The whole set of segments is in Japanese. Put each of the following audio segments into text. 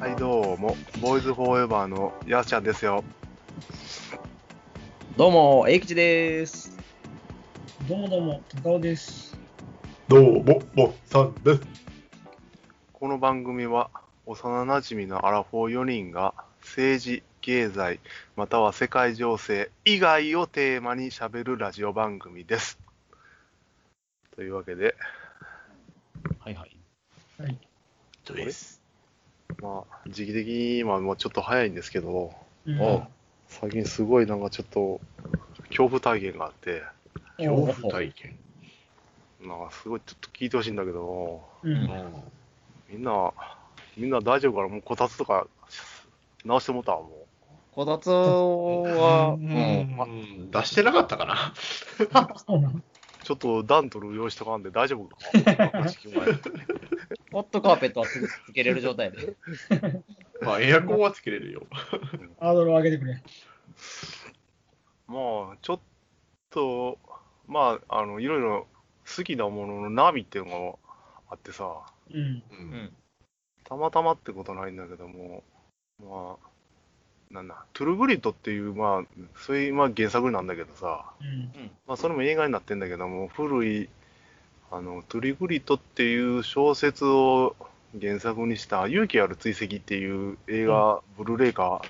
はい、どうも、ボーイズフォーエバーのやーちゃんですよ。どうも、英吉です。どうもどうも、高尾です。どうも、もっさんです。この番組は、幼なじみのアラフォー4人が、政治、経済、または世界情勢以外をテーマにしゃべるラジオ番組です。というわけで、はいはい。はい。ですまあ、時期的に今もうちょっと早いんですけど、うんおう最近すごいなんかちょっと、恐怖体験があって、おう恐怖体験。なんかすごいちょっと聞いてほしいんだけど、うん。みんな、みんな大丈夫かなもうこたつとか直してもうたわもこたつは、ううん、まん、出してなかったかな。そうなのう。ちょっと暖とる用意しとかんで大丈夫かな話聞こえホットカーペットはつつけれる状態で。まあ、エアコンはつけれるよ。ハードルを上げてくれ。まあ、ちょっと、まあ、あの、いろいろ好きなもののナビっていうのがあってさ、うん。う。うんん。たまたまってことないんだけども、まあ、なんだ、トゥルグリッドっていう、まあ、そういう、まあ、原作なんだけどさ、うん。まあ、それも映画になってんだけども、古い、あの、トリグリトっていう小説を原作にした、勇気ある追跡っていう映画、ブルーレイ化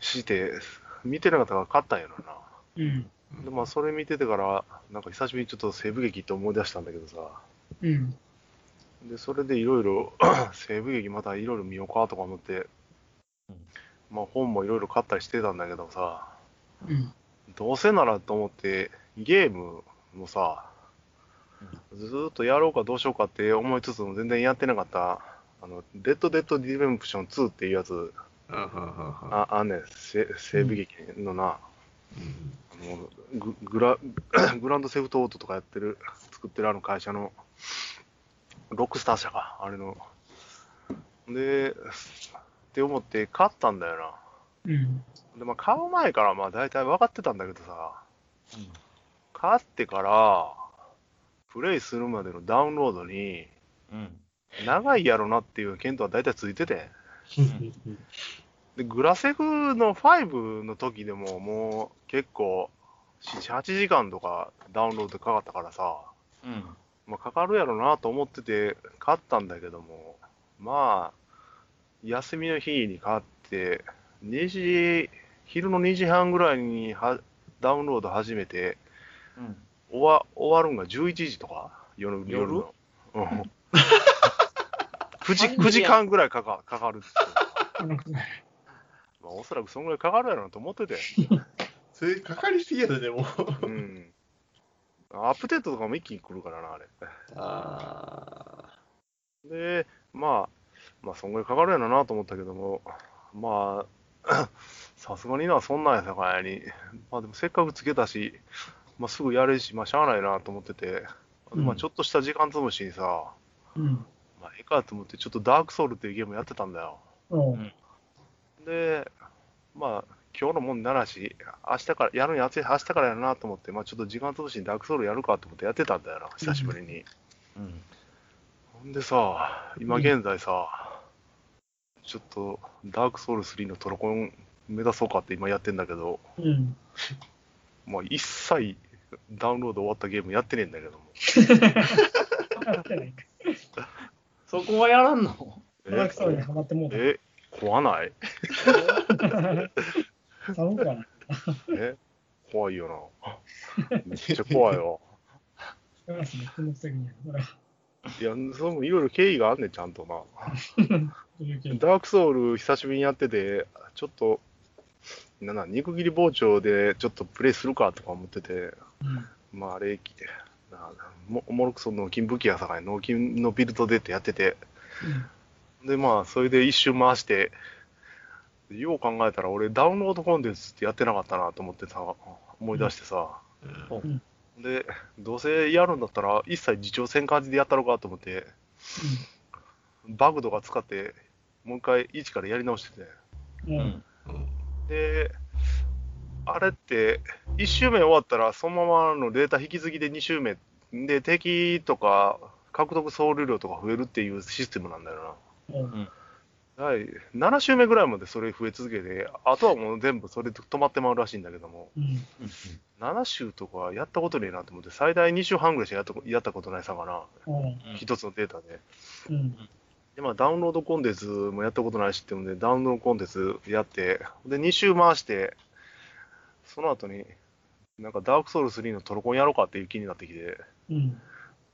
して、見てなかったから買ったんやろうん。な。で、まあ、それ見ててから、なんか久しぶりにちょっと西部劇って思い出したんだけどさ、うん。で、それでいろいろ、 西部劇またいろいろ見ようかとか思ってうん、まあ、本もいろいろ買ったりしてたんだけどさ、うん。どうせならと思って、ゲームもさ、ずーっとやろうかどうしようかって思いつつも全然やってなかった、あの、デッド・デッド・ディレンプション2っていうやつ、うんうんあ、あんねん、せ西部劇のな、うんあのググラ グランドセフトオートとかやってる、作ってるあの会社の、ロックスター社か、あれの。で、って思って買ったんだよな。うん。で、まあ、買う前からまあ大体分かってたんだけどさ、買ってから、プレイするまでのダウンロードに、うん。長いやろなっていう検討は大体ついてて、んでグラセフの5の時でももう結構7、8時間とかダウンロードかかったからさ、うん。まあ、かかるやろなと思ってて買ったんだけども、まあ、休みの日に買って、2時、昼の2時半ぐらいにはダウンロード始めて、うん。終わ終わるんが11時とか夜夜の。うん 9, 時9時間ぐらいかかかかるっていうあのうまあ、おそらくそんぐらいかかるやろなと思ってて、それかかりすぎやで、でも。うん、アップデートとかも一気に来るからな、あれ。あで、まあ、まあ、そんぐらいかかるやろなと思ったけども、まあ、 さすがにな、そんなんやさかいに、まあでもせっかくつけたし、まあ、すぐやれるし、まあ、しゃあないなと思ってて、まあ、ちょっとした時間つぶしにさ、ん。まあ、ええかと思って、ちょっとダークソウルっていうゲームやってたんだよ。おう。で、まあ、今日のもんならし、明日から、やるんやつ、明日からやるなと思って、まあ、ちょっと時間潰しにダークソウルやるかと思ってやってたんだよな、久しぶりに。うん。ほんでさ、今現在さ、ちょっと、ダークソウル3のトロコン目指そうかって今やってんだけど、うん。まあ、一切ダウンロード終わったゲームやってねえんだけども。ハマってないか。そこはやらんのトラクソーにハマってもうた。 え、怖ない寒くはない。え、怖いよ な。めっちゃ怖いよ。いますね、気持ち的には。ほら、いや、そのいろいろ経緯があんねん、ちゃんとな。どういう系ダークソウル久しぶりにやってて、ちょっと、なんだ、肉切り包丁でちょっとプレイするかとか思ってて、まああれ、なモモロクソンの金武器やさかい、脳筋のビルドでってやってて、でまあ、それで一周回して、よう考えたら俺ダウンロードコンテンツってやってなかったなと思ってさ、思い出してさ、あ。で、どうせやるんだったら一切自重せん感じでやったろかと思って、バグとか使って、もう一回一からやり直してて、うん。うん。うんで、あれって、1周目終わったら、そのままのデータ引き継ぎで2周目、で、敵とか、獲得総流量とか増えるっていうシステムなんだようんな。はい、7周目ぐらいまでそれ増え続けて、あとはもう全部それで止まってまうらしいんだけども、うん7周とかやったことねえなと思って、最大2周半ぐらいしかやったこやったことないさかな、うん1つのデータで。うんで、まあ、ダウンロードコンテンツもやったことないしっていうんで、ダウンロードコンテンツやって、で、2周回して、その後に、なんかダークソウル3のトロコンやろうかっていう気になってきて、うん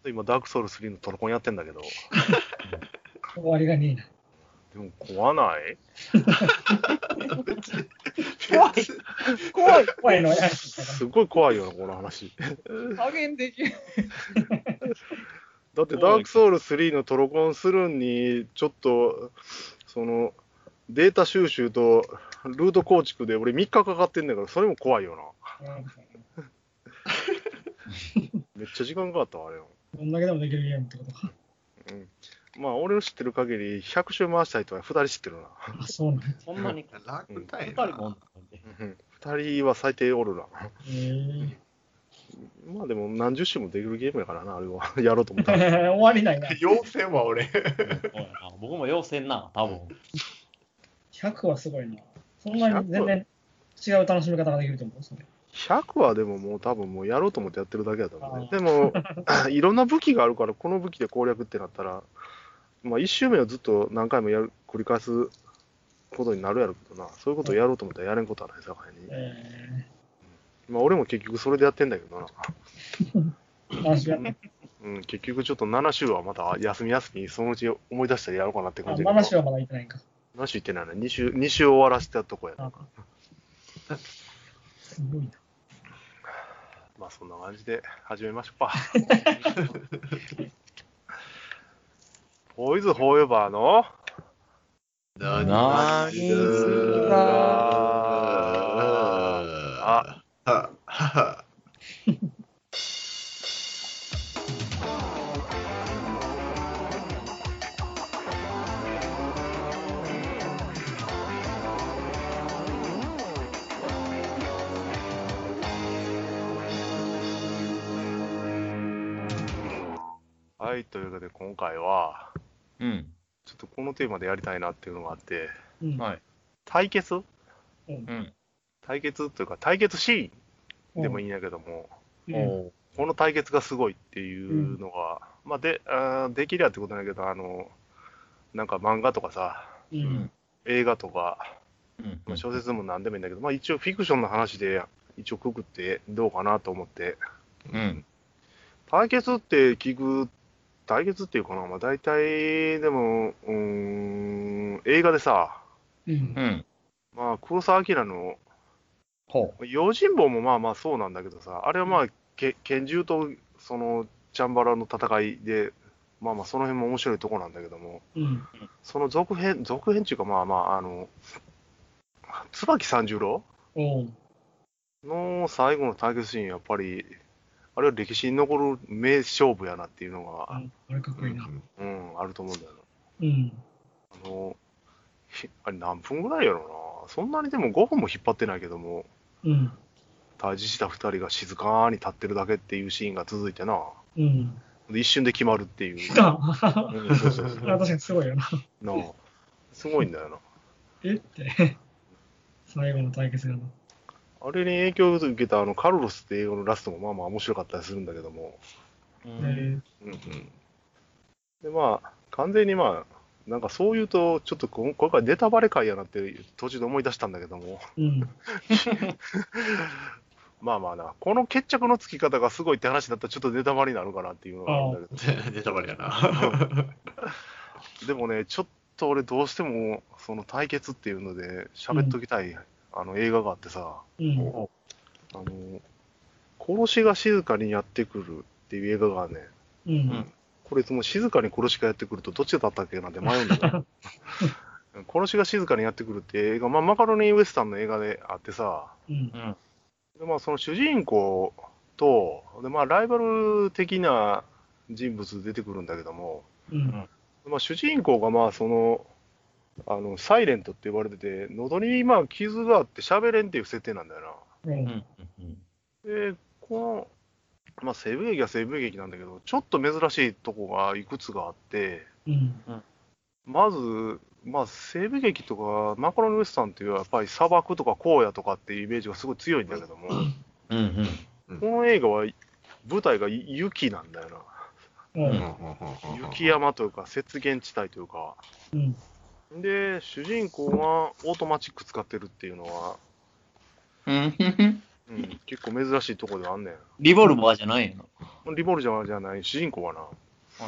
で今、ダークソウル3のトロコンやってんだけど、終わりがねえな。でも、壊ない怖い怖い怖いのはやらしいからすごい怖いよな、この話。加減で きんだって、ダークソウル3のトロコンするんに、ちょっと、その、データ収集とルート構築で俺3日かかってんだから、それも怖いよな。めっちゃ時間かかったわ、あれは。どんだけでもできるゲームってことか。まあ、俺の知ってる限り、100周回した人は2人知ってるな。あ、そうなんだ。そんなに楽二体人もおんの に2人は最低おるな。へえまあでも、何十周もできるゲームやからな、あれは。 やろうと思ったら。終わりないな。要請は俺。そうやな僕も要請な多分100はすごいな。そんなに全然違う楽しみ方ができると思う。それ100はでももう多分もうやろうと思ってやってるだけだと思うね。あでも、 いろんな武器があるから、この武器で攻略ってなったら、まあ1周目をずっと何回もやる繰り返すことになるやろうけどな。そういうことをやろうと思ったらやれんことはないさかいに。えまあ俺も結局それでやってんだけどな。ー、楽しみやった。うん、結局ちょっと7周はまた休み休み、そのうち思い出したらやろうかなって感あ、じマナシはまだ行ってないんか。何週言ってないな、2週、二週終わらせたとこやな。あすごいな。まあそんな感じで始めましょ うか。ボーイズフォーエバーの何するだあああはい、ということで今回は、うんちょっとこのテーマでやりたいなっていうのがあって、うん。はい対決うんうん対決というか対決シーンでもいい。いんやけども、うんこの対決がすごいっていうのが、まあで、あーできりゃってことないけど、あの、なんか漫画とかさ、ううんん映画とか、うんまあ、小説でも何でもいいんだけど、まあ、一応フィクションの話で一応くくってどうかなと思ってうん対決って聞く対決っていうかな、まあ、大体でもうーん映画でさ、うんうんまあ、黒澤明のほ「用心棒」もまあまあそうなんだけどさあれはまあけ拳銃とそのチャンバラの戦いでまあまあその辺も面白いとこなんだけどもうんその続編続編っていうかまあまああの椿三十郎おうの最後の対決シーン、やっぱり、あれは歴史に残る名勝負やなっていうのあが、あれかっこいいな。うん、あると思うんだよな。うん。あの、ひあれ何分ぐらいやろな。そんなにでも5分も引っ張ってないけども、うん。対峙した2人が静かに立ってるだけっていうシーンが続いてな。うん。で一瞬で決まるっていう。なあ、うん、そうそうそ確かにすごいよな。う。なあすごいんだよな。えって。最後の対決がな。あれに影響を受けたあのカルロスって映画のラストもまあまあ面白かったりするんだけども。ううえんー、うんうんでまあ完全にまあなんかそう言うとちょっとこ今回ネタバレ会やなって途中で思い出したんだけどもうん。まあまあなこの決着のつき方がすごいって話だったらちょっとネタバレになるかなっていうのがあるんだけネタバレやな。どでもねちょっと俺どうしてもその対決っていうので喋っときたい、あの映画があってさうん。あの殺しが静かにやってくるっていう映画がねうん。これいつも静かに殺しがやってくるとどっちだったっけなんて迷うんだ よ。殺しが静かにやってくるって映画、まあ、マカロニウエスタンの映画であってさ、うんう。んでまあ、その主人公と、でまあ、ライバル的な人物出てくるんだけども、うん。まあ、主人公がまあその、あのサイレントって言われてて、喉にまあ傷があって喋れんっていう設定なんだよう。うんんうんで、この、まあ、西部劇は西部劇なんだけど、ちょっと珍しいとこがいくつかあって、うん。まず、まあ、西部劇とか、マカロニウエスタンっていうのは、やっぱり砂漠とか荒野とかっていうイメージがすごい強いんだけども、うんうんこの映画は舞台が雪なんだよな。うん。うん雪。山というか、雪原地帯というか。うん。で、主人公がオートマチック使ってるっていうのは、うんうんうん、結構珍しいとこではあんねリボルバーじゃないのん。リボルジャーじゃない、主人公はな。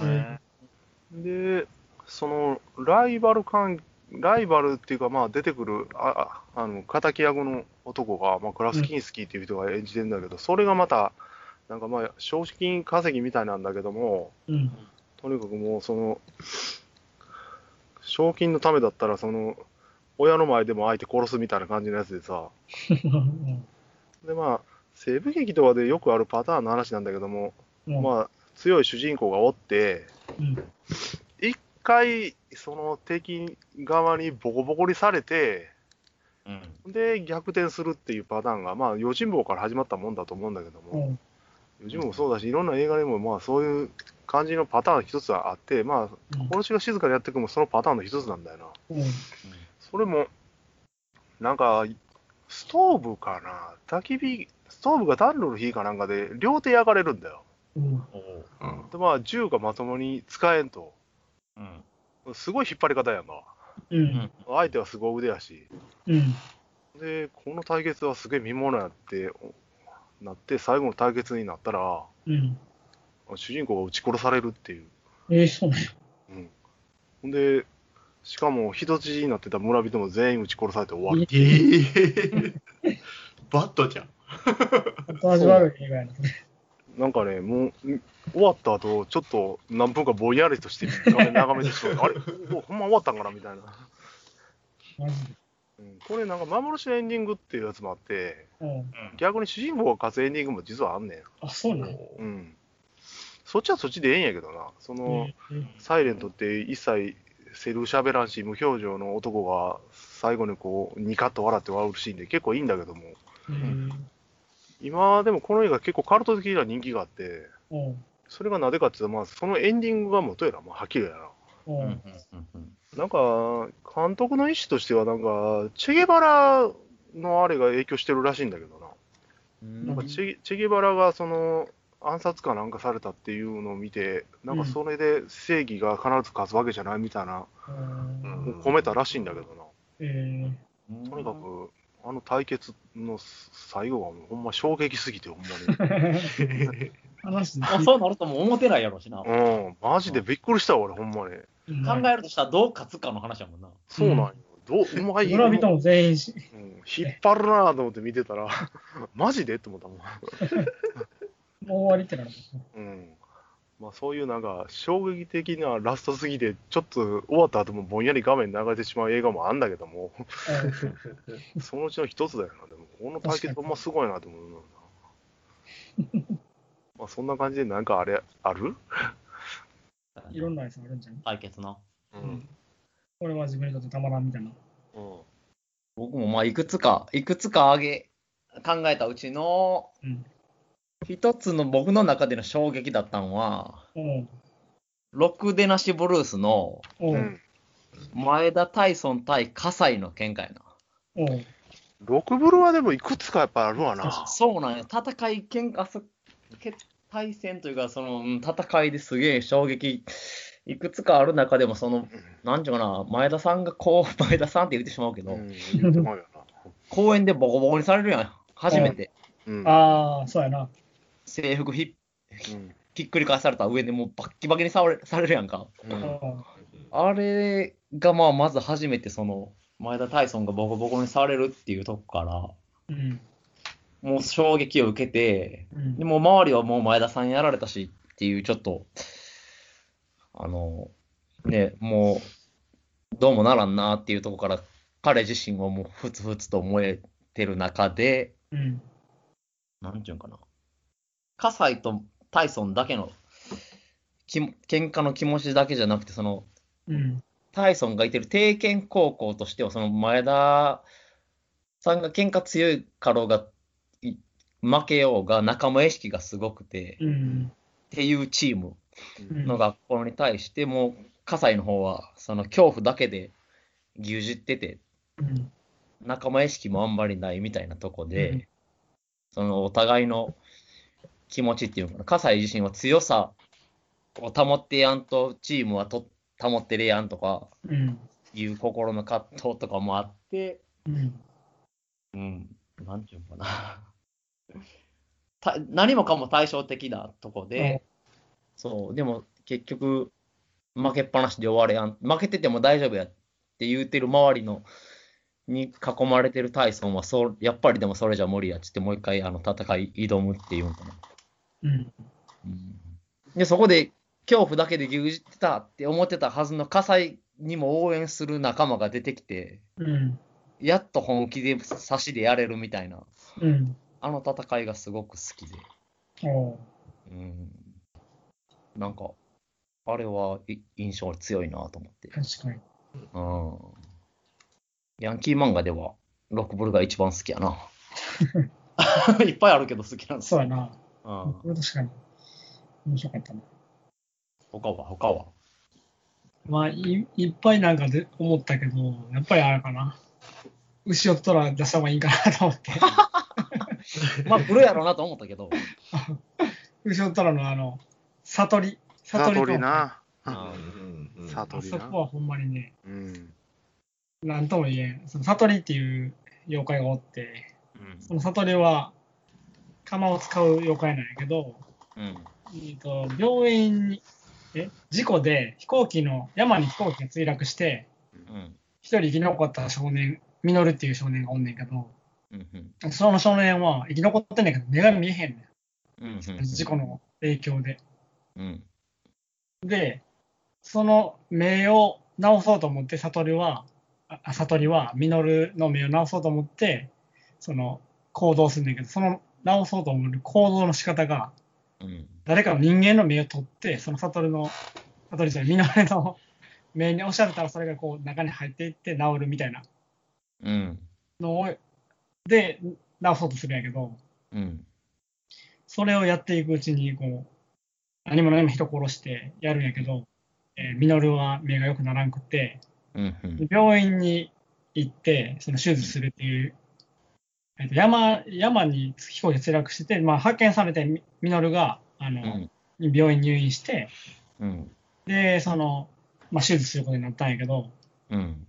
んで、そのライバル関ライバルっていうか、まあ、出てくるあああの敵役の男が、まあ、クラスキンスキーっていう人が演じてるんだけど、それがまた、なんかまあ、賞金稼ぎみたいなんだけども、うん。とにかくもう、その、賞金のためだったら、その、親の前でも相手殺すみたいな感じのやつでさ、で、まあ、西部劇とかでよくあるパターンの話なんだけども、うん。あ、まあ、強い主人公がおって、うん。一回、その敵側にボコボコにされて、うんで、逆転するっていうパターンが、まあ、用心棒から始まったもんだと思うんだけどうも、ん。用心棒もそうだし、いろんな映画でも、まあ、そういう感じのパターン一つはあって、まあ、殺しが静かにやっていくも、そのパターンの一つなんだよな。うん。それも、なんか、ストーブかな、焚き火、ストーブが暖炉の火かなんかで、両手焼かれるんだよ。うん。おううんで、まあ、銃がまともに使えんと、うんすごい引っ張り方やんか。うん。相手はすごい腕やし。うん。で、この対決はすげえ見ものやって、なって、最後の対決になったら、うん。主人公が撃ち殺されるっていう。ええ、そうね。うん。ほんで、しかも人質になってた村人も全員撃ち殺されて終わる。えー、バットじゃん。後味悪い映画やな。なんかね、もう、ん終わった後、ちょっと何分かぼんやりとして眺めてしまう。あれおほんま終わったんかなみたいな、マジで。うん。これなんか幻のエンディングっていうやつもあって、うん。逆に主人公が勝つエンディングも実はあんねん。あ、そうね。う。うんそっちはそっちでええんやけどな。その、サイレントって一切セル喋らんし、無表情の男が最後にこう、ニカッと笑って笑うシーンで結構いいんだけども、うん。今でもこの映画結構カルト的な人気があって、うん。それがなぜかっていうと、まあ、そのエンディングが元やな、まあ、はっきりやな。ううんん。うんうんなんか、監督の意思としては、なんか、チェゲバラのあれが影響してるらしいんだけどな。うんなんかチェチェゲバラがその暗殺かなんかされたっていうのを見て、なんかそれで正義が必ず勝つわけじゃないみたいな、うん込めたらしいんだけどな。えとにかく、あの対決の最後はもうほんま衝撃すぎて、ほんえま話まあそうなるともう思ってないやろしな。 考に。うん、マジでびっくりしたわ、俺、ほんまに。えるとしたらどう勝つかの話やもんな。そうなんよ。どう、うまい。村人も全員し、うん引っ張るなぁと思って見てたら、 マジでって思ったもん。もう終わりってなる。うん。まあそういうなんか、衝撃的なラストすぎて、ちょっと終わった後もぼんやり画面に流れてしまう映画もあんだけども、 そのうちの一つだよな。でも、この対決ほんますごいなと思うな。 まあそんな感じで、なんかあれ、あるいろんなやつあるんじゃん。対決な。ううん。これは自分にとってたまらんみたいな。うん。僕もまあいくつか、いくつかあげ、考えたうちのうん。一つの僕の中での衝撃だったのは、うん。ロックデナシブルースのう。うんん前田タイソン対葛西の喧嘩やうん。ロクブルはでもいくつかやっぱあるわな。な。そうなんや。戦い、喧嘩、そ決対戦というか、そのうん戦いですげえ衝撃、いくつかある中でも、その、なんちゅうかな、前田さんがこう、 前田さんって言ってしまうけど、うん、言ってまうよな。公園でボコボコにされるやん。初めて。うん。ああ、そうやな。制服ひうんひっくり返された上でもうバッキバキにされされるやんか。ううんん。あれがまあまず初めてその前田タイソンがボコボコにされるっていうとこからうん。もう衝撃を受けてうんでもう周りはもう前田さんやられたしっていうちょっとあのねもうどうもならんなっていうとこから彼自身はもうふつふつと燃えてる中でうん。なんていうんかな葛西とタイソンだけのきも喧嘩の気持ちだけじゃなくてそのうん。タイソンがいてる帝拳高校としては、その前田さんが喧嘩強いかろうが、負けようが仲間意識がすごくて、うん。っていうチームうんの学校に対しても、葛西の方は、その恐怖だけで牛耳ってて、うん仲間意識もあんまりないみたいなとこで、うんそのお互いの気持ちっていうのかな、葛西自身は強さを保ってやんと、チームはと保ってれやんとかうん。いう心の葛藤とかもあって、うん。うん、なんていうのかな。 た何もかも対照的なとこで、そう、でも結局、負けっぱなしで終われやん、負けてても大丈夫やって言うてる周りのに囲まれてるタイソンはそう、やっぱりでもそれじゃ無理やっつって、もう一回あの戦い挑むっていうんかな。うん。うんで、そこで恐怖だけで牛耳ってたって思ってたはずの葛西にも応援する仲間が出てきて、うん。やっと本気で差しでやれるみたいな。うん。あの戦いがすごく好きで、おううん、なんか、あれはい印象強いなと思って、確かに。うん。ヤンキー漫画では、ロックブルが一番好きや な。いっぱいあるけど好きなんですそうよ。やな。うんこれ確かに。面白かったな。他は、他は。まあ、いいっぱいなんかで思ったけど、やっぱりあれかな。牛を取ら出した方がいいんかなと思って。まあ、ブルやろうなと思ったけ ど、牛を取らのあの、悟り。サトとリ。な。うんサトあリそなこ。はほんまにね、うん。なんとも言えん。その悟りっていう妖怪がおって、うんその悟りは、釜を使う妖怪なんやけど、うんえーと病院に、え、事故で飛行機の、山に飛行機が墜落して、うん一人生き残った少年、ミノルっていう少年がおんねんけど、うんうんその少年は生き残ってんねんけど、目が見えへんねうんうんん。事故の影響で。うんで、その目を直そうと思って、悟りは、ああ悟りは、ミノルの目を直そうと思って、その行動するんだけど、その直そうと思う行動の仕方が、うん誰かの人間の目を取って、その悟りの、悟りじゃない、ミノルの 目におっしゃれたら、それがこう中に入っていって治るみたいなうんのを、で、直そうとするんやけど、うんそれをやっていくうちに、こう、何も何も人殺してやるんやけど、えーミノルは目が良くならんくて、うんうんで病院に行って、その手術するっていう、えっと山山に飛行機が墜落してて、まあ、発見されて、ミミノルがあの、うん病院に入院して、うんで、その、まあ、手術することになったんやけど、うん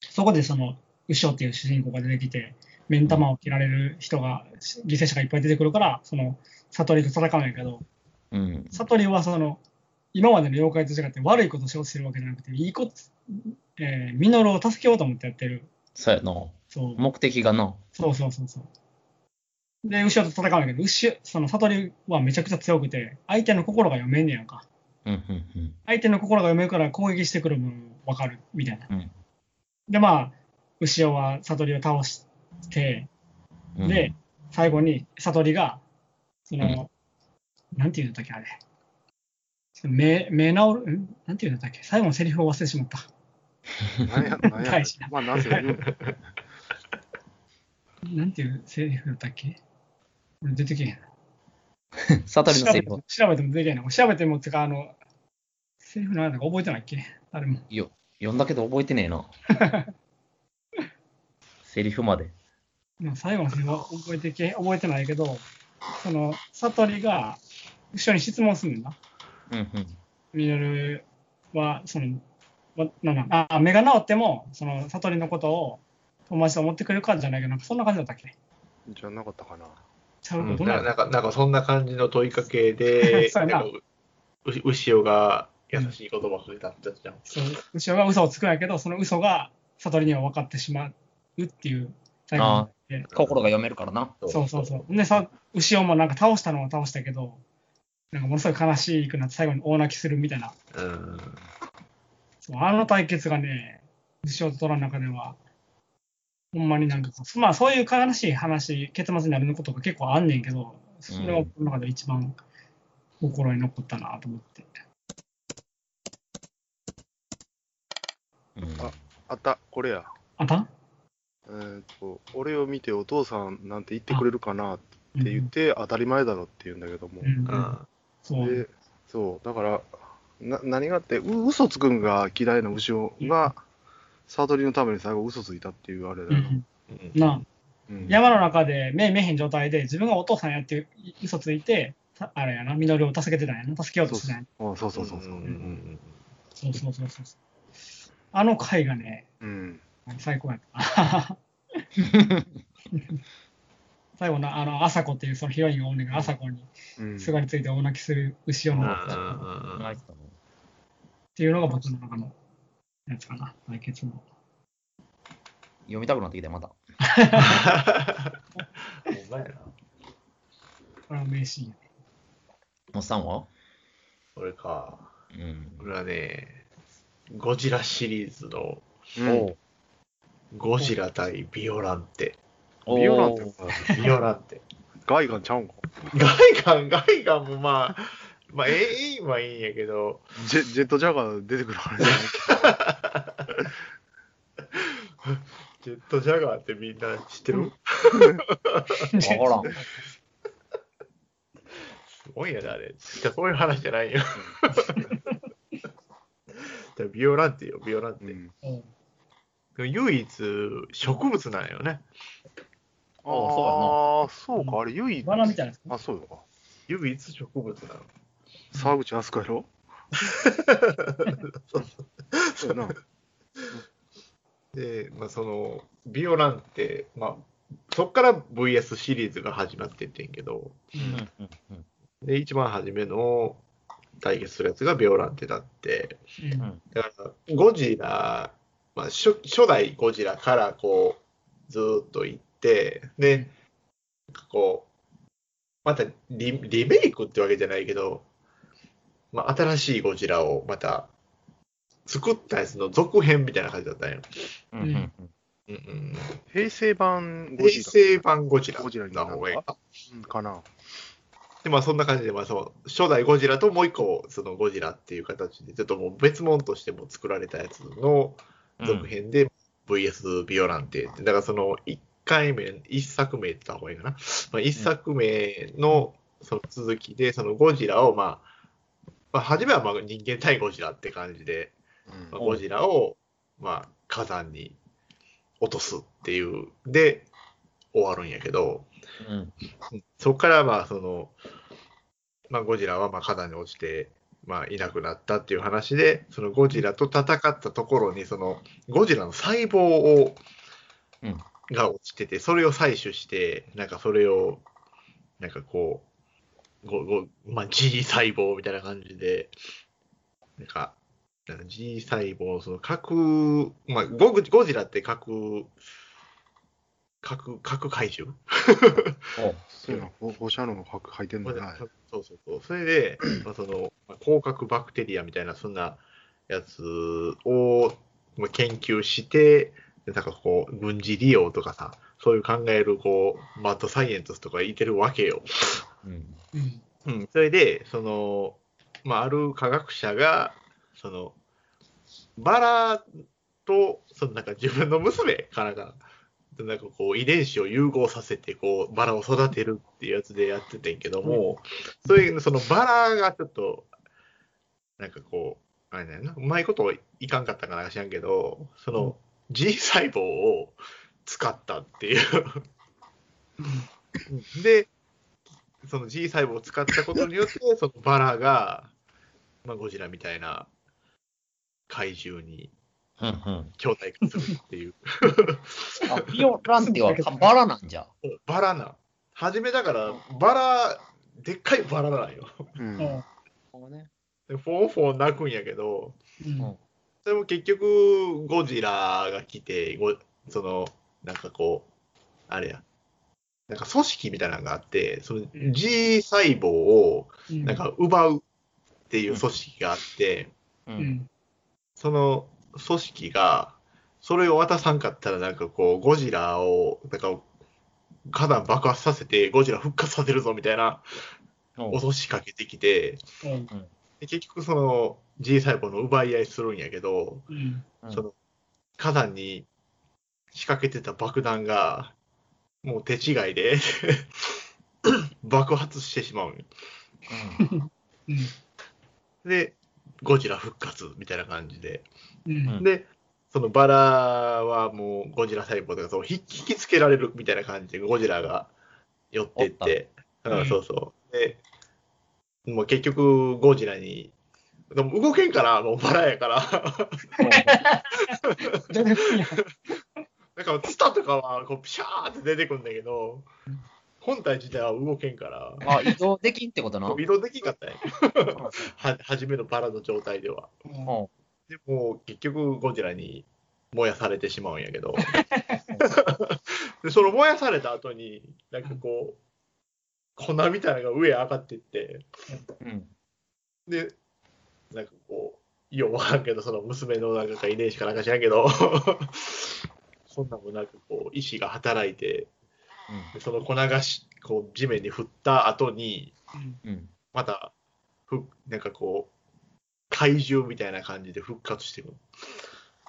そこでその、ウショっていう主人公が出てきて、目ん玉を切られる人が、し犠牲者がいっぱい出てくるから、その、悟りと戦うんやけど、うん悟りはその、今までの妖怪と違って悪いことをしようとしてるわけじゃなくて、いいこと、えー、ミノルを助けようと思ってやってる。そうやな。そう。目的がな。そうそうそうそう。で、牛と戦うんだけど、牛、その悟りはめちゃくちゃ強くて、相手の心が読めんねやんか。うんうん相手の心が読めるから攻撃してくる分わかる、みたいな。うんで、まあ、牛尾は悟りを倒して、うんうんで、最後に悟りが、その、なんていうんだっけ、あれ。ちょっと目、目直る、んなんていうんだっけ、最後のセリフを忘れてしまった。何や、何や大事な。まあ、なんせ、うんなんていうセリフだったっけ俺出てけへん。サタリ調のセべリてフも調べてもできないな。調べてもつか、あの、セリフなんだか覚えてないっけあれも。よ読んだけど覚えてねえな。セリフまで。まあ最後のセリフは覚えてけ、覚えてないけど、その、悟りが、一緒に質問するんだ。うんミノルは、その、わなんだあ、目が治っても、その、悟りのことを友達と思ってくれるかじゃないけど、なんかそんな感じだったっけじゃなかったかな。ちゃううか、どんんな、ななんか、なんかそんな感じの問いかけでそうやななんかううしおが優しい言葉をくれたんだじゃん。そう、後ろが嘘をつくんやけど、その嘘が悟りには分かってしまうっていう最後のあ心が読めるからな。そうそうそう。で、さ、牛尾もなんか倒したのは倒したけど、なんかものすごい悲しくなって最後に大泣きするみたいな。う。うん。そうあの対決がね、牛尾と虎の中では、ほんまになんかこう、まあそういう悲しい話、結末になることが結構あんねんけど、それはこの中で一番心に残ったなと思って。うんあった、これや。あたえっと、俺を見てお父さんなんて言ってくれるかなって。って言って、当たり前だろって言うんだけどもう。んうん。そう。で、そう、だから、な何があって、う嘘つくんが嫌いな牛尾が、悟りのために最後嘘ついたっていうあれだうよ。んうんなあうん山の中で目見えへん状態で自分がお父さんやって嘘ついてたあれやな実を助けてたんやな助けようとしてたんやなあそうそうそうそう。ううんんそうそうそうそうそうあの回がねうん。最高やった最後のあの朝子っていうそのヒロインがおんねんが朝子にうんすがりついて大泣きする牛尾うんうのんっうんうん泣いてたのていうのが僕の中のやつかな対決の読みたくなってきた、また。ほんまやな。これは名シーンやねおっさんは俺か。うん。俺はね、ゴジラシリーズのうんゴジラ対ビオランテ。おビオランっておさ、ビオランテ。ガイガンちゃうんかガイガン、ガイガンもまあ、まあ、ええ、まあいいんやけど、 ジェジェットジャガー出てくるあれじゃないジェットジャガーってみんな知ってる、うんわからん。すごいやで、あれ。しかそういう話じゃないよ。 でビオランテよ、ビオランテ。うんうん唯一、植物なんよね。 あああ、そうか、あれ、唯一。バラみたいなやあ、つそうよか。唯一植物なの。沢口飛鳥やろそう そうやな。で、まあ、その、ビオランテ、まあ、そっから VS シリーズが始まってってんけど、うんうんうんで、一番初めの対決するやつがビオランテだって、うんだから、ゴジラ、まあ、初初代ゴジラからこう、ずーっと行って、で、こう、またリリメイクってわけじゃないけど、まあ、新しいゴジラをまた作ったやつの続編みたいな感じだったんよ。うんうんうんうん平成版平ゴジラ成版ゴジラゴジラになのるの方がいいか。うんかな。で、まあそんな感じで、まあそう、初代ゴジラともう一個、そのゴジラっていう形で、ちょっともう別物としても作られたやつのうん続編で、VS ビオランテって、だからその1回目、1作目って言った方がいいかな。まあ、1作目のその続きで、そのゴジラを、まあ、まあ、初めはまあ人間対ゴジラって感じで、うんまあうんゴジラを、まあ、火山に落とすっていう、で、終わるんやけど、うんそこからまあその、まあ、ゴジラはまあ火山に落ちて、まあ、いなくなったっていう話で、そのゴジラと戦ったところに、そのゴジラの細胞を、うんが落ちてて、それを採取して、なんかそれを、なんかこう、ごごまあ、G 細胞みたいな感じで、なんか、なんか G 細胞、その核、まあ、ゴグゴジラって核、核、核怪獣おそうやな、放放射能が入ってんまだあね。ではいそうそうそう。そ れで、まあ、その、まあ甲殻バクテリアみたいな、そんなやつをまあ研究して、でなんかこう、軍事利用とかさ、そういう考える、こう、マッドサイエントスとかいてるわけよ。うんうんうん、それで、その、まあ、ある科学者が、その、バラと、そのなんか自分の娘からが、なんかこう遺伝子を融合させてこうバラを育てるっていうやつでやっててんけども、それそのバラがちょっとなんかこうあれだよなうまいこといかんかったかな知らんけどその G 細胞を使ったっていうでその G 細胞を使ったことによってそのバラが、まあ、ゴジラみたいな怪獣にうんうん巨大化するっていうあビオランテはバラなんじゃ。バラな。初めだから、バラ、でっかいバラなんよ。うんうんでフォンフォン泣くんやけど、うんそれも結局、ゴジラが来て、ごその、なんかこう、あれや、なんか組織みたいなのがあって、その G 細胞をうんなんか奪うっていう組織があって、ううんんその組織が、それを渡さんかったら、なんかこう、ゴジラを、なんか、火山爆発させて、ゴジラ復活させるぞみたいな、お脅しかけてきて、うんで結局その G 細胞の奪い合いするんやけど、うんうんその火山に仕掛けてた爆弾がもう手違いで 爆発してしまうんようん。で、ゴジラ復活みたいな感じで。うん。で、そのバラはもうゴジラ細胞とか、そのひ引きつけられるみたいな感じでゴジラが寄ってって、おったううんん、そうそう。で、もう結局ゴジラに、でも動けんから、もうバラやから。 じゃなくてだからツタとかはこうピシャーって出てくるんだけど、本体自体は動けんから、あ、移動できんってこと な。移動できんかったね。 は初めのバラの状態では。うんでもう結局ゴジラに燃やされてしまうんやけどでその燃やされた後になんかこう粉みたいなのが上へ上がっていってうん。でなんかこうようわからんけどその娘のなんか遺伝子かなんか知らんけど そんなんもなんかこう意志が働いてでその粉がしこう地面に振った後にうん。またふなんかこう怪獣みたいな感じで復活してくる。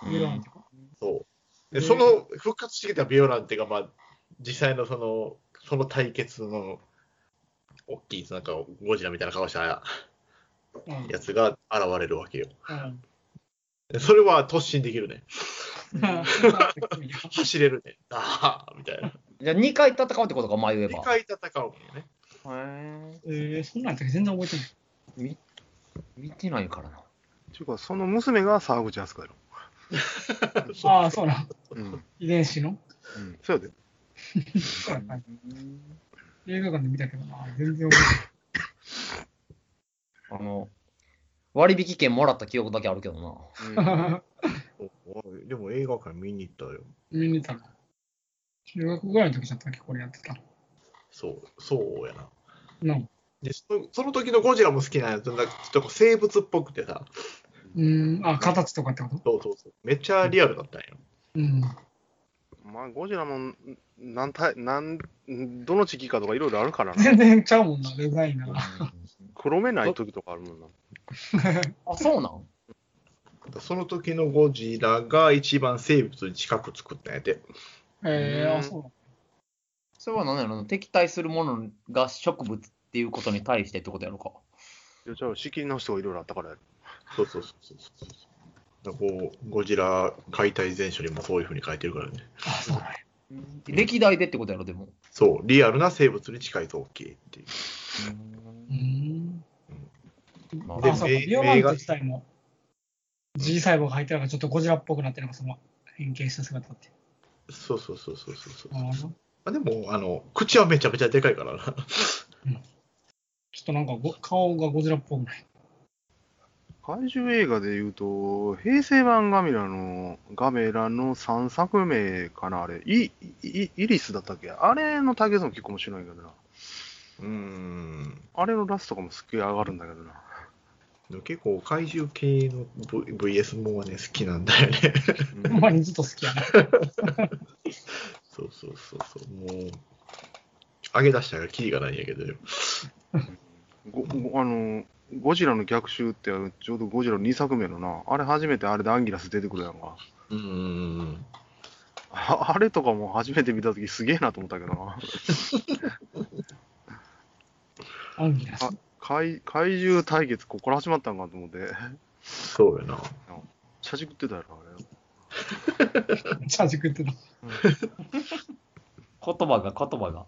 うん。ビロンとか。そう。で、うんその復活してきたビオランテが、まあ、実際のその、その対決の、大きい、なんか、ゴジラみたいな顔したうん。うん。やつが現れるわけよ。でそれは突進できるね。走れるね。ああ、みたい な。じゃあ2回戦うってことか、前言えば2。回戦うもんよね。へえー、そんなんだけ全然覚えてない。見見てないからな。ちゅうか、その娘が沢口靖子やろ。ああ、そうなん。うん。遺伝子のうん。そうやで。そうやな映画館で見たけどな、全然覚あの、割引券もらった記憶だけあるけどうんな。えて ない。おでも映画館見に行ったよ。見に行ったの。中学ぐらいの時じゃったっけ、これやってたの。そう、そうやな。なんかで、そのその時のゴジラも好きなんやけど、なんかちょっとこう生物っぽくてさ、うーん、あ、形とかってことそうそうそう。めっちゃリアルだったんよ。うん。まあ、ゴジラもん、なんた、なん、どの時期かとかいろいろあるからな。 全然ちゃうもんな、デザイン が。黒目ない時とかあるもんな。 あ、そうなんその時のゴジラが一番生物に近く作ったんやて。えうー、んあ、そそれは何やろな敵対するものが植物っていうことに対してってことやろか。いやじゃあ、仕切り直しとかいろいろあったからやる。そうそうそうそうそう。だからこうゴジラ解体全書にもそういうふうに書いてるからね。歴代でってことやろ、でも。そう、リアルな生物に近い造形っていう。うなん。まうーん。であ、そうか、めビオマント自体も G 細胞が入ってるからちょっとゴジラっぽくなってるのがその変形した姿って。そうそうそうそうそうそう。あーあでも、あの、口はめちゃめちゃでかいからな。ちょっとなんかご顔がゴジラっぽくない。怪獣映画で言うと、平成版ガメラの、ガメラの3作目かな、あれ。イ、イイリスだったっけあれの対決も結構面白いけどな。うーん。あれのラストとかもすっげえ上がるんだけどな。でも結構、怪獣系の V- VS もんはね、好きなんだよね。ほんまにずっと好きや な。そうそうそうそう。もう、上げ出したらキリがないんやけど。ごごあの、ゴジラの逆襲って、ちょうどゴジラの2作目のな。あれ初めてあれでアンギラス出てくるやんか。うーん。ああれとかも初めて見たときすげえなと思ったけどな。アンギラス。あ怪怪獣対決、ここから始まったんかと思って。そうやな。茶軸ってたやろ、あれ。チャージ食ってた。言葉が言葉が。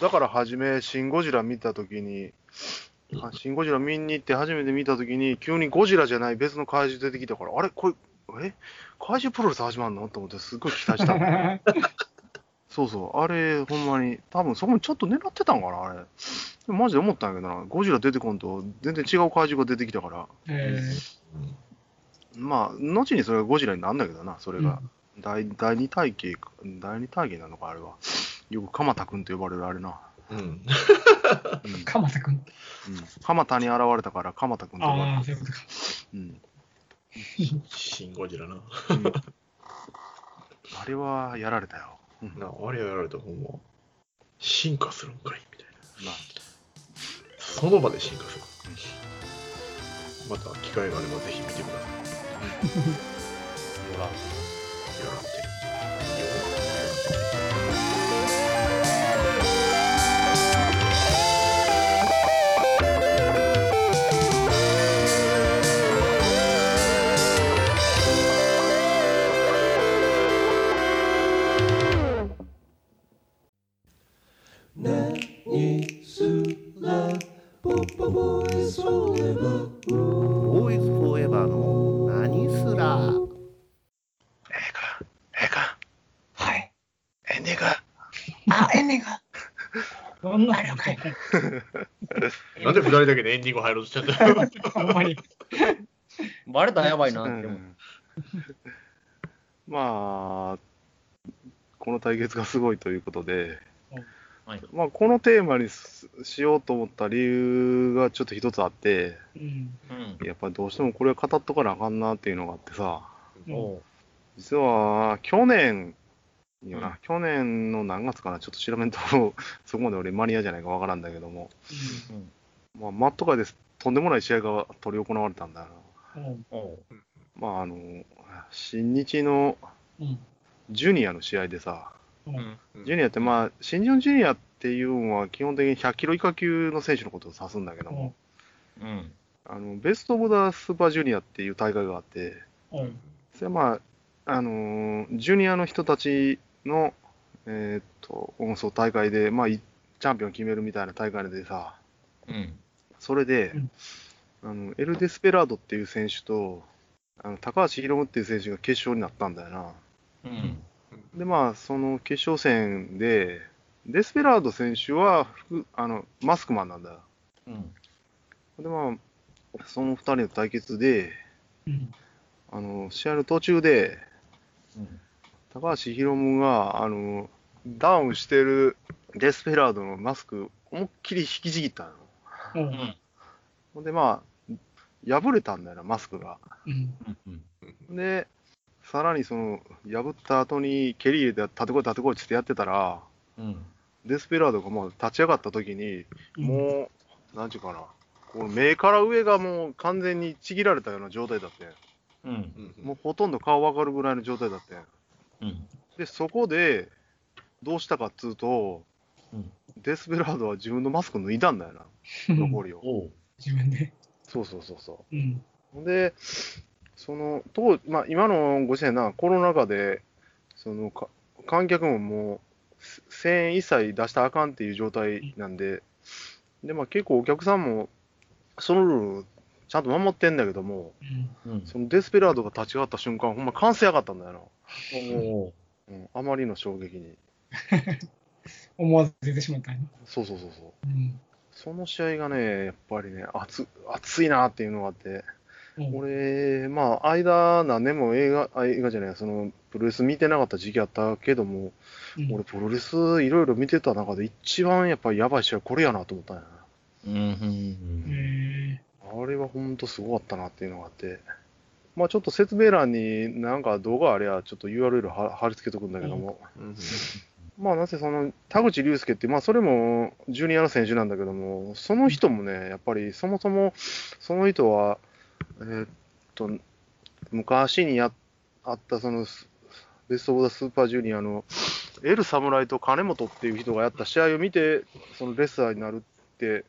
だから初め、シン・ゴジラ見たときに、あシン・ゴジラ見に行って初めて見たときに、急にゴジラじゃない別の怪獣出てきたから、あれこれ、え怪獣プロレス始まるのと思ってすごい期待 したの。そうそう、あれ、ほんまに、多分そこにちょっと狙ってたんかな、あれ。でもマジで思ったんやけどな、ゴジラ出てこんと、全然違う怪獣が出てきたから、えうんまあ、後にそれがゴジラになるんだけどな、それー、が。第第二体系か、第二体系なのか、あれは。よく鎌田君と呼ばれるあれな。うん。 うんうん鎌田君。鎌田に現れたから鎌田君と呼ばれあるあ、そういうことか。うんシン・ゴジラな。うんあれはやられたよ。うんなあれやられたらほんま、進化するんかいみたいな。まあその場で進化する。また機会があればぜひ見てください。やられてる。何すらポッポボーイズフォーエバーボーイズフォーエバーの何すらええか、ええか、はい。エンディング。あ、エンディング。どんな了解なんで二人だけでエンディング入ろうとしちゃったのほんまに。バレたらやばいなってう思う。ん まあ、この対決がすごいということで、はいまあ、このテーマにすしようと思った理由がちょっと一つあって、うん。うん。やっぱりどうしてもこれは語っとかなあかんなっていうのがあってさ、おう実は去年よな、去年の何月かな、ちょっと調べんと、 そこまで俺マニアじゃないかわからんだけども、うんまあ、マット界ですとんでもない試合が取り行われたんだよな。おうおうまあ、あの、新日のうん。ジュニアの試合でさ、おううんジュニアって、まあ、新日本ジュニアっていうのは、基本的に100キロ以下級の選手のことを指すんだけどおうも、うん。あのベスト・オブ・ザ・スーパージュニアっていう大会があって、おうそれはまあ、あのージュニアの人たちの、えーっと、そう大会で、まあ、いチャンピオンを決めるみたいな大会でさ、うん。それで、うんあのエル・デスペラードっていう選手と、あの高橋宏夢っていう選手が決勝になったんだよな。うん。で、まあ、その決勝戦で、デスペラード選手は服あのマスクマンなんだよ。うん。で、まあ、その2人の対決で、うん。あの試合の途中で、うん高橋宏夢があのダウンしてるデスペラードのマスク、思いっきり引きちぎったの。おう。うんほんで、まあ、破れたんだよな、マスクが。うん。うん。で、さらにその破った後に蹴り入れて、立てこい、立てこいってやってたら、うん。デスペラードがもう立ち上がった時に、うんもう、なんていうかな、こう目から上がもう完全にちぎられたような状態だって、うん。もうほとんど顔わかるぐらいの状態だって。うん。で、そこで、どうしたかっつうと、うんデスペラードは自分のマスク脱いだんだよな、残りを。おう。自分で。そうそうそうそうん。う。ほんで、その、当まあ、今のご時世な、コロナ禍で、そのか、観客ももう、せ声援一切出したらあかんっていう状態なんで、で、まあ結構お客さんも、そのルール、ちゃんと守ってんだけども、うん。うん。そのデスペラードが立ち上がった瞬間、ほんま歓声上がったんだよおう。な。うん、あまりの衝撃に。思わず出てしまったんやな。そうそうそうそう。うん。その試合がね、やっぱりね、熱熱いなっていうのがあって、おう俺、まあ、間、何年も映画、あ映画じゃない、その、プロレス見てなかった時期あったけども、うん俺、プロレスいろいろ見てた中で、一番やっぱりやばい試合、これやなと思ったんやうん。うん。えな。あれはほんとすごかったなっていうのがあって、まあ、ちょっと説明欄になんか動画あれや、ちょっと URL は貼り付けとくんだけども、まあ、なぜその、田口竜介って、まあ、それもジュニアの選手なんだけども、その人もね、やっぱりそもそも、その人は、えーっと、昔にやあった、その、スベスト・オブ・ザ・スーパージュニアの、エル・サムライと金本っていう人がやった試合を見て、そのレスラーになるって、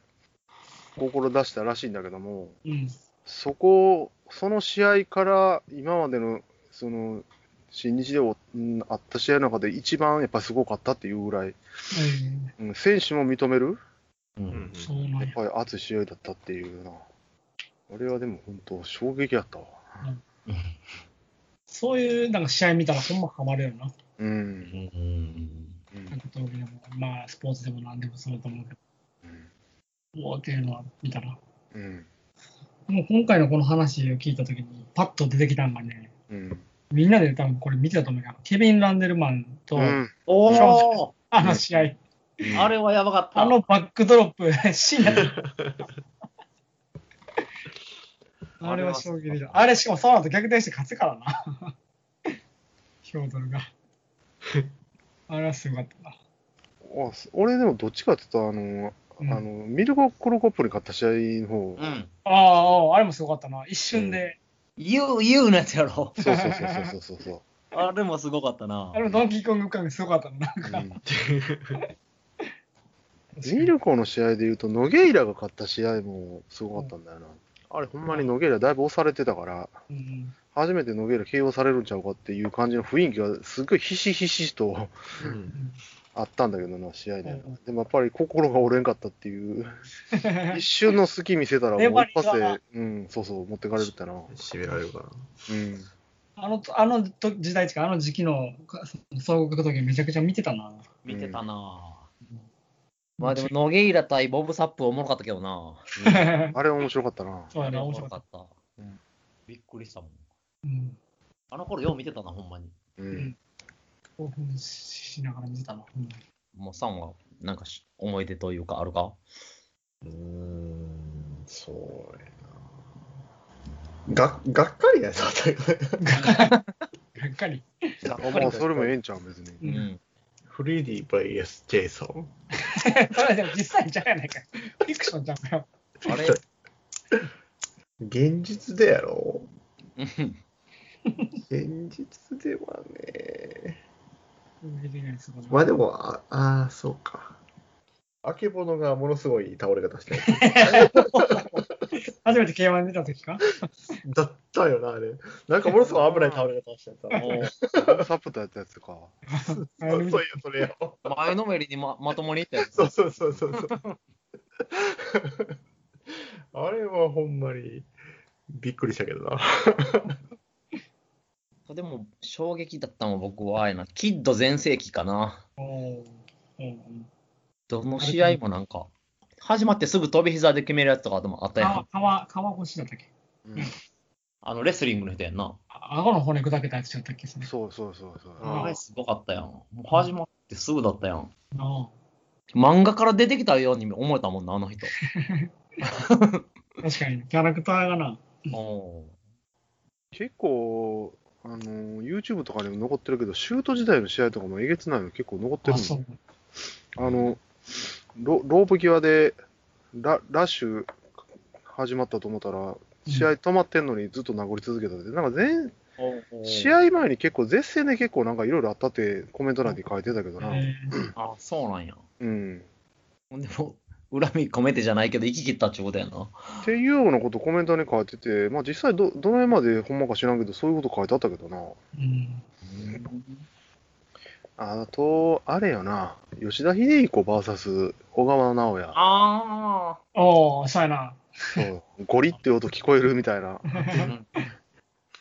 志したらしいんだけども、え。うん。そこ、その試合から今までの、その、新日でおうんあった試合の中で一番やっぱすごかったっていうぐらい、えうん、選手も認める、うん。え。そうなんやっや。ぱり熱い試合だったっていうな。あれはでも本当、衝撃やったわ。そういうなんか試合見たらほんまハマるよな。うん。うん。うん格闘技でも、まあスポーツでも何でもそうだと思うけうんど、おーっていうのは見たら。うん。もう今回のこの話を聞いたときに、パッと出てきたのがね、うん。みんなで多分これ見てたと思うけど、ケビン・ランデルマンと、うんおお。あの試合、あれはやばかった。あのバックドロップ、 シーンやった。あれは衝撃でした。あれしかもその後逆転して勝つからな。 ヒョードルが。あれはすごかったな。あす俺でもどっちかって言ったら、あの、うんあのミルコ・コロコップに勝った試合の方、うん。ああああ、あれもすごかったな。一瞬で、言う、言うのやつやろ。そうそうそうそうそうそうそあれもすごかったなあ。れもドンキーコング感がすごかったな。う、うんミルコの試合で言うと、ノゲイラが勝った試合もすごかったんだよな。あれ、ほんまにノゲイラだいぶ押されてたから、うん初めてノゲイラ KO されるんちゃうかっていう感じの雰囲気が、すっごいひしひしと、あったんだけどな、試合でうん。でもやっぱり心が折れんかったっていう、一瞬の隙見せたら、もう粘一りが発で、うん、そうそう、持ってかれるって な。締められるかな。うん。あのとあのと時代とか、あの時期のか総合格闘技めちゃくちゃ見てたな。見てたなぁ。ま あでも、ノゲイラ対ボブ・サップおもろかったけどなぁ。あれ面白かったな。そうやな、面面白白かかった。った。うんびっくりしたもん。うん。あの頃よう見てたな、ほんまに。うん。興奮しながら見てたな。うんもうさんは、なんかし思い出というか、あるかうーん、そうやな。が、がっかりやな、がっかり。あもうそれもええんちゃう、別に。う うんん。フレディ VS ジェイソン。それでも実際じゃうやないか。フィクションじゃんかよ。あれ現実でやろうん現実ではね。できないすごいなまあでも、ああー、そうか。あけぼのがものすごい倒れ方 してる。初めて K1 出た時かだったよな、あれ。なんかものすごい危ない倒れ方 してた。もうサプターやったやつか。あそうれよ、それよ。前のめりにままともにいったやつ。そうそうそうそうそう。 あれはほんまにびっくりしたけどな。でも、衝撃だったのは僕は、あれな、キッド全盛期かな。おーうんどの試合もなんか、始まってすぐ飛び膝で決めるやつとかでもあったやん川。川川越だったっけうんあの、レスリングの人やんな。あ顎の骨砕けたやつだったっけですね。そうそうそうそう。ああれすごかったやん。もう始まってすぐだったやん。あ漫画から出てきたように思えたもんな、あの人。あ確かに、キャラクターがな。お結構、あのー、YouTube とかにも残ってるけど、シュート時代の試合とかもえげつないの結構残ってるあ、のそう。あの、ロロープ際でララッシュ始まったと思ったら、試合止まってんのにずっと殴り続けたって、なんか全、ー試合前に結構、絶世で結構なんかいろいろあったってコメント欄に書いてたけどえな。ーあ、そうなんや。うん。ほんでも、恨み込めてじゃないけど、生き切ったっちゅうことやな。っていうようなことコメントに書いてて、まあ実際ど、どの辺までほんまか知らんけど、そういうこと書いてあったけどな。うんあと、あれよな、吉田秀彦 VS 小川直也。あおー、そうやな。そう、ゴリって音聞こえるみたいな。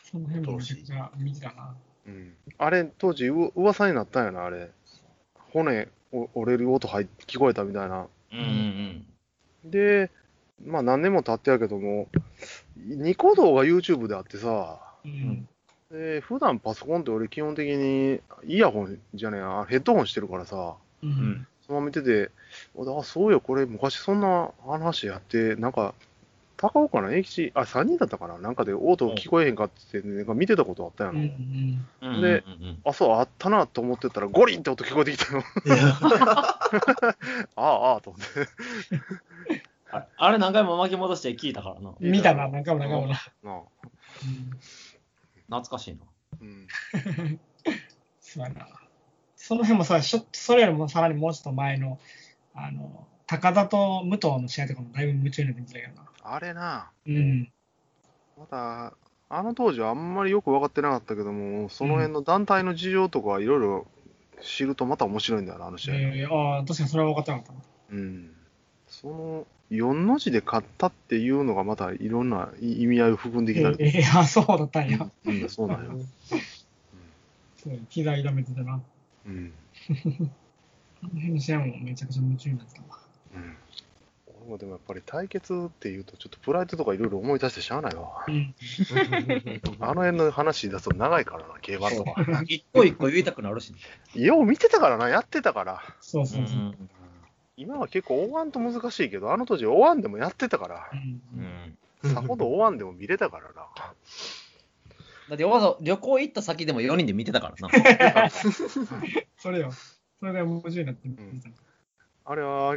その辺もめちゃくちゃ見てたな。うん、あれ、当時う、噂になったんやな、あれ。骨お折れる音入っ聞こえたみたいな。うんうんで、まあ何年も経ってやけども、ニコ動が YouTube であってさ、うん。で普段パソコンって俺基本的にイヤホンじゃねえや、ヘッドホンしてるからさ、ううんん。そのまま見てて、あ、そうよ、これ昔そんな話やって、なんか、高岡の永吉、あ、3人だったかななんかで音聞こえへんかってって、なんか見てたことあったや。うんん。うん。うんでうんうんあ、そう、あったなと思ってたら、ゴリンって音聞こえてきたよ。いやああ、ああ、と思って。ああれ何回も巻き戻して聞いたからな。うん見たな、中村中村。なあうん懐かしいな。うん。そうやな。その辺もさ、しょそれよりもさらにもうちょっと前の、あの、高田と武藤の試合とかもだいぶ夢中になって見てたけどな。あれな、うん。まだ、あの当時はあんまりよく分かってなかったけども、その辺の団体の事情とかいろいろ知るとまた面白いんだよな、あの試合。えー、ああ、確かにそれは分かってなかったな。うん。その、4の字で勝ったっていうのがまたいろんな意味合いを含んできたり。えー、あ、そうだったんや。うん、そうなんよ。すごい、機材痛めてたな。うん。この辺の試合もめちゃくちゃ夢中になってたわ。うん。俺もでもやっぱり対決っていうと、ちょっとプライドとかいろいろ思い出してしゃあないわう。ん。 あの辺の話出すと長いからな、競馬とか。一個一個言いたくなるしね。よう見てたからな、やってたから。そうそうそう。今は結構、おわんと難しいけど、あの当時、おわんでもやってたからう、ん。うんうんさほどおわんでも見れたからな。だってわざわざ旅行行った先でも4人で見てたから な。それよ。それが夢中になって見てた。あれは、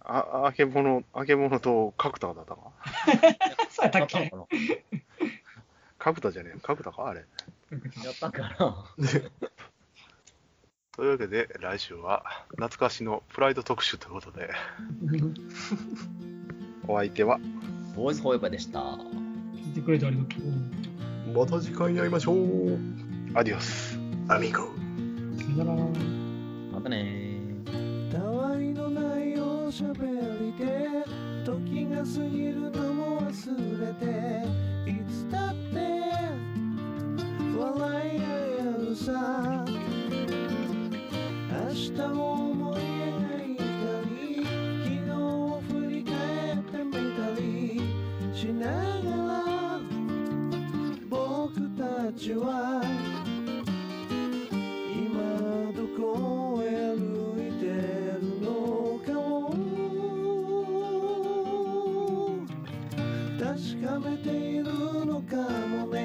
ああけぼの、あけぼのと角田だったか。 そうやったやっったのけかな角田じゃねえ、角田か、あれ。やったんかな。というわけで、来週は、懐かしのプライド特集ということで、お相手は、ボーイズホイバーでした。聞いてくれてありがとう。また次回に会いましょう。アディオス。アミゴ。さよなら。またねー。のしゃべりで時が過ぎるのも忘れていつだって笑い合えるさ明日を思い描いたり昨日を振り返ってみたりしながら僕たちは今どこへ歩いてるのかを確かめているのかもね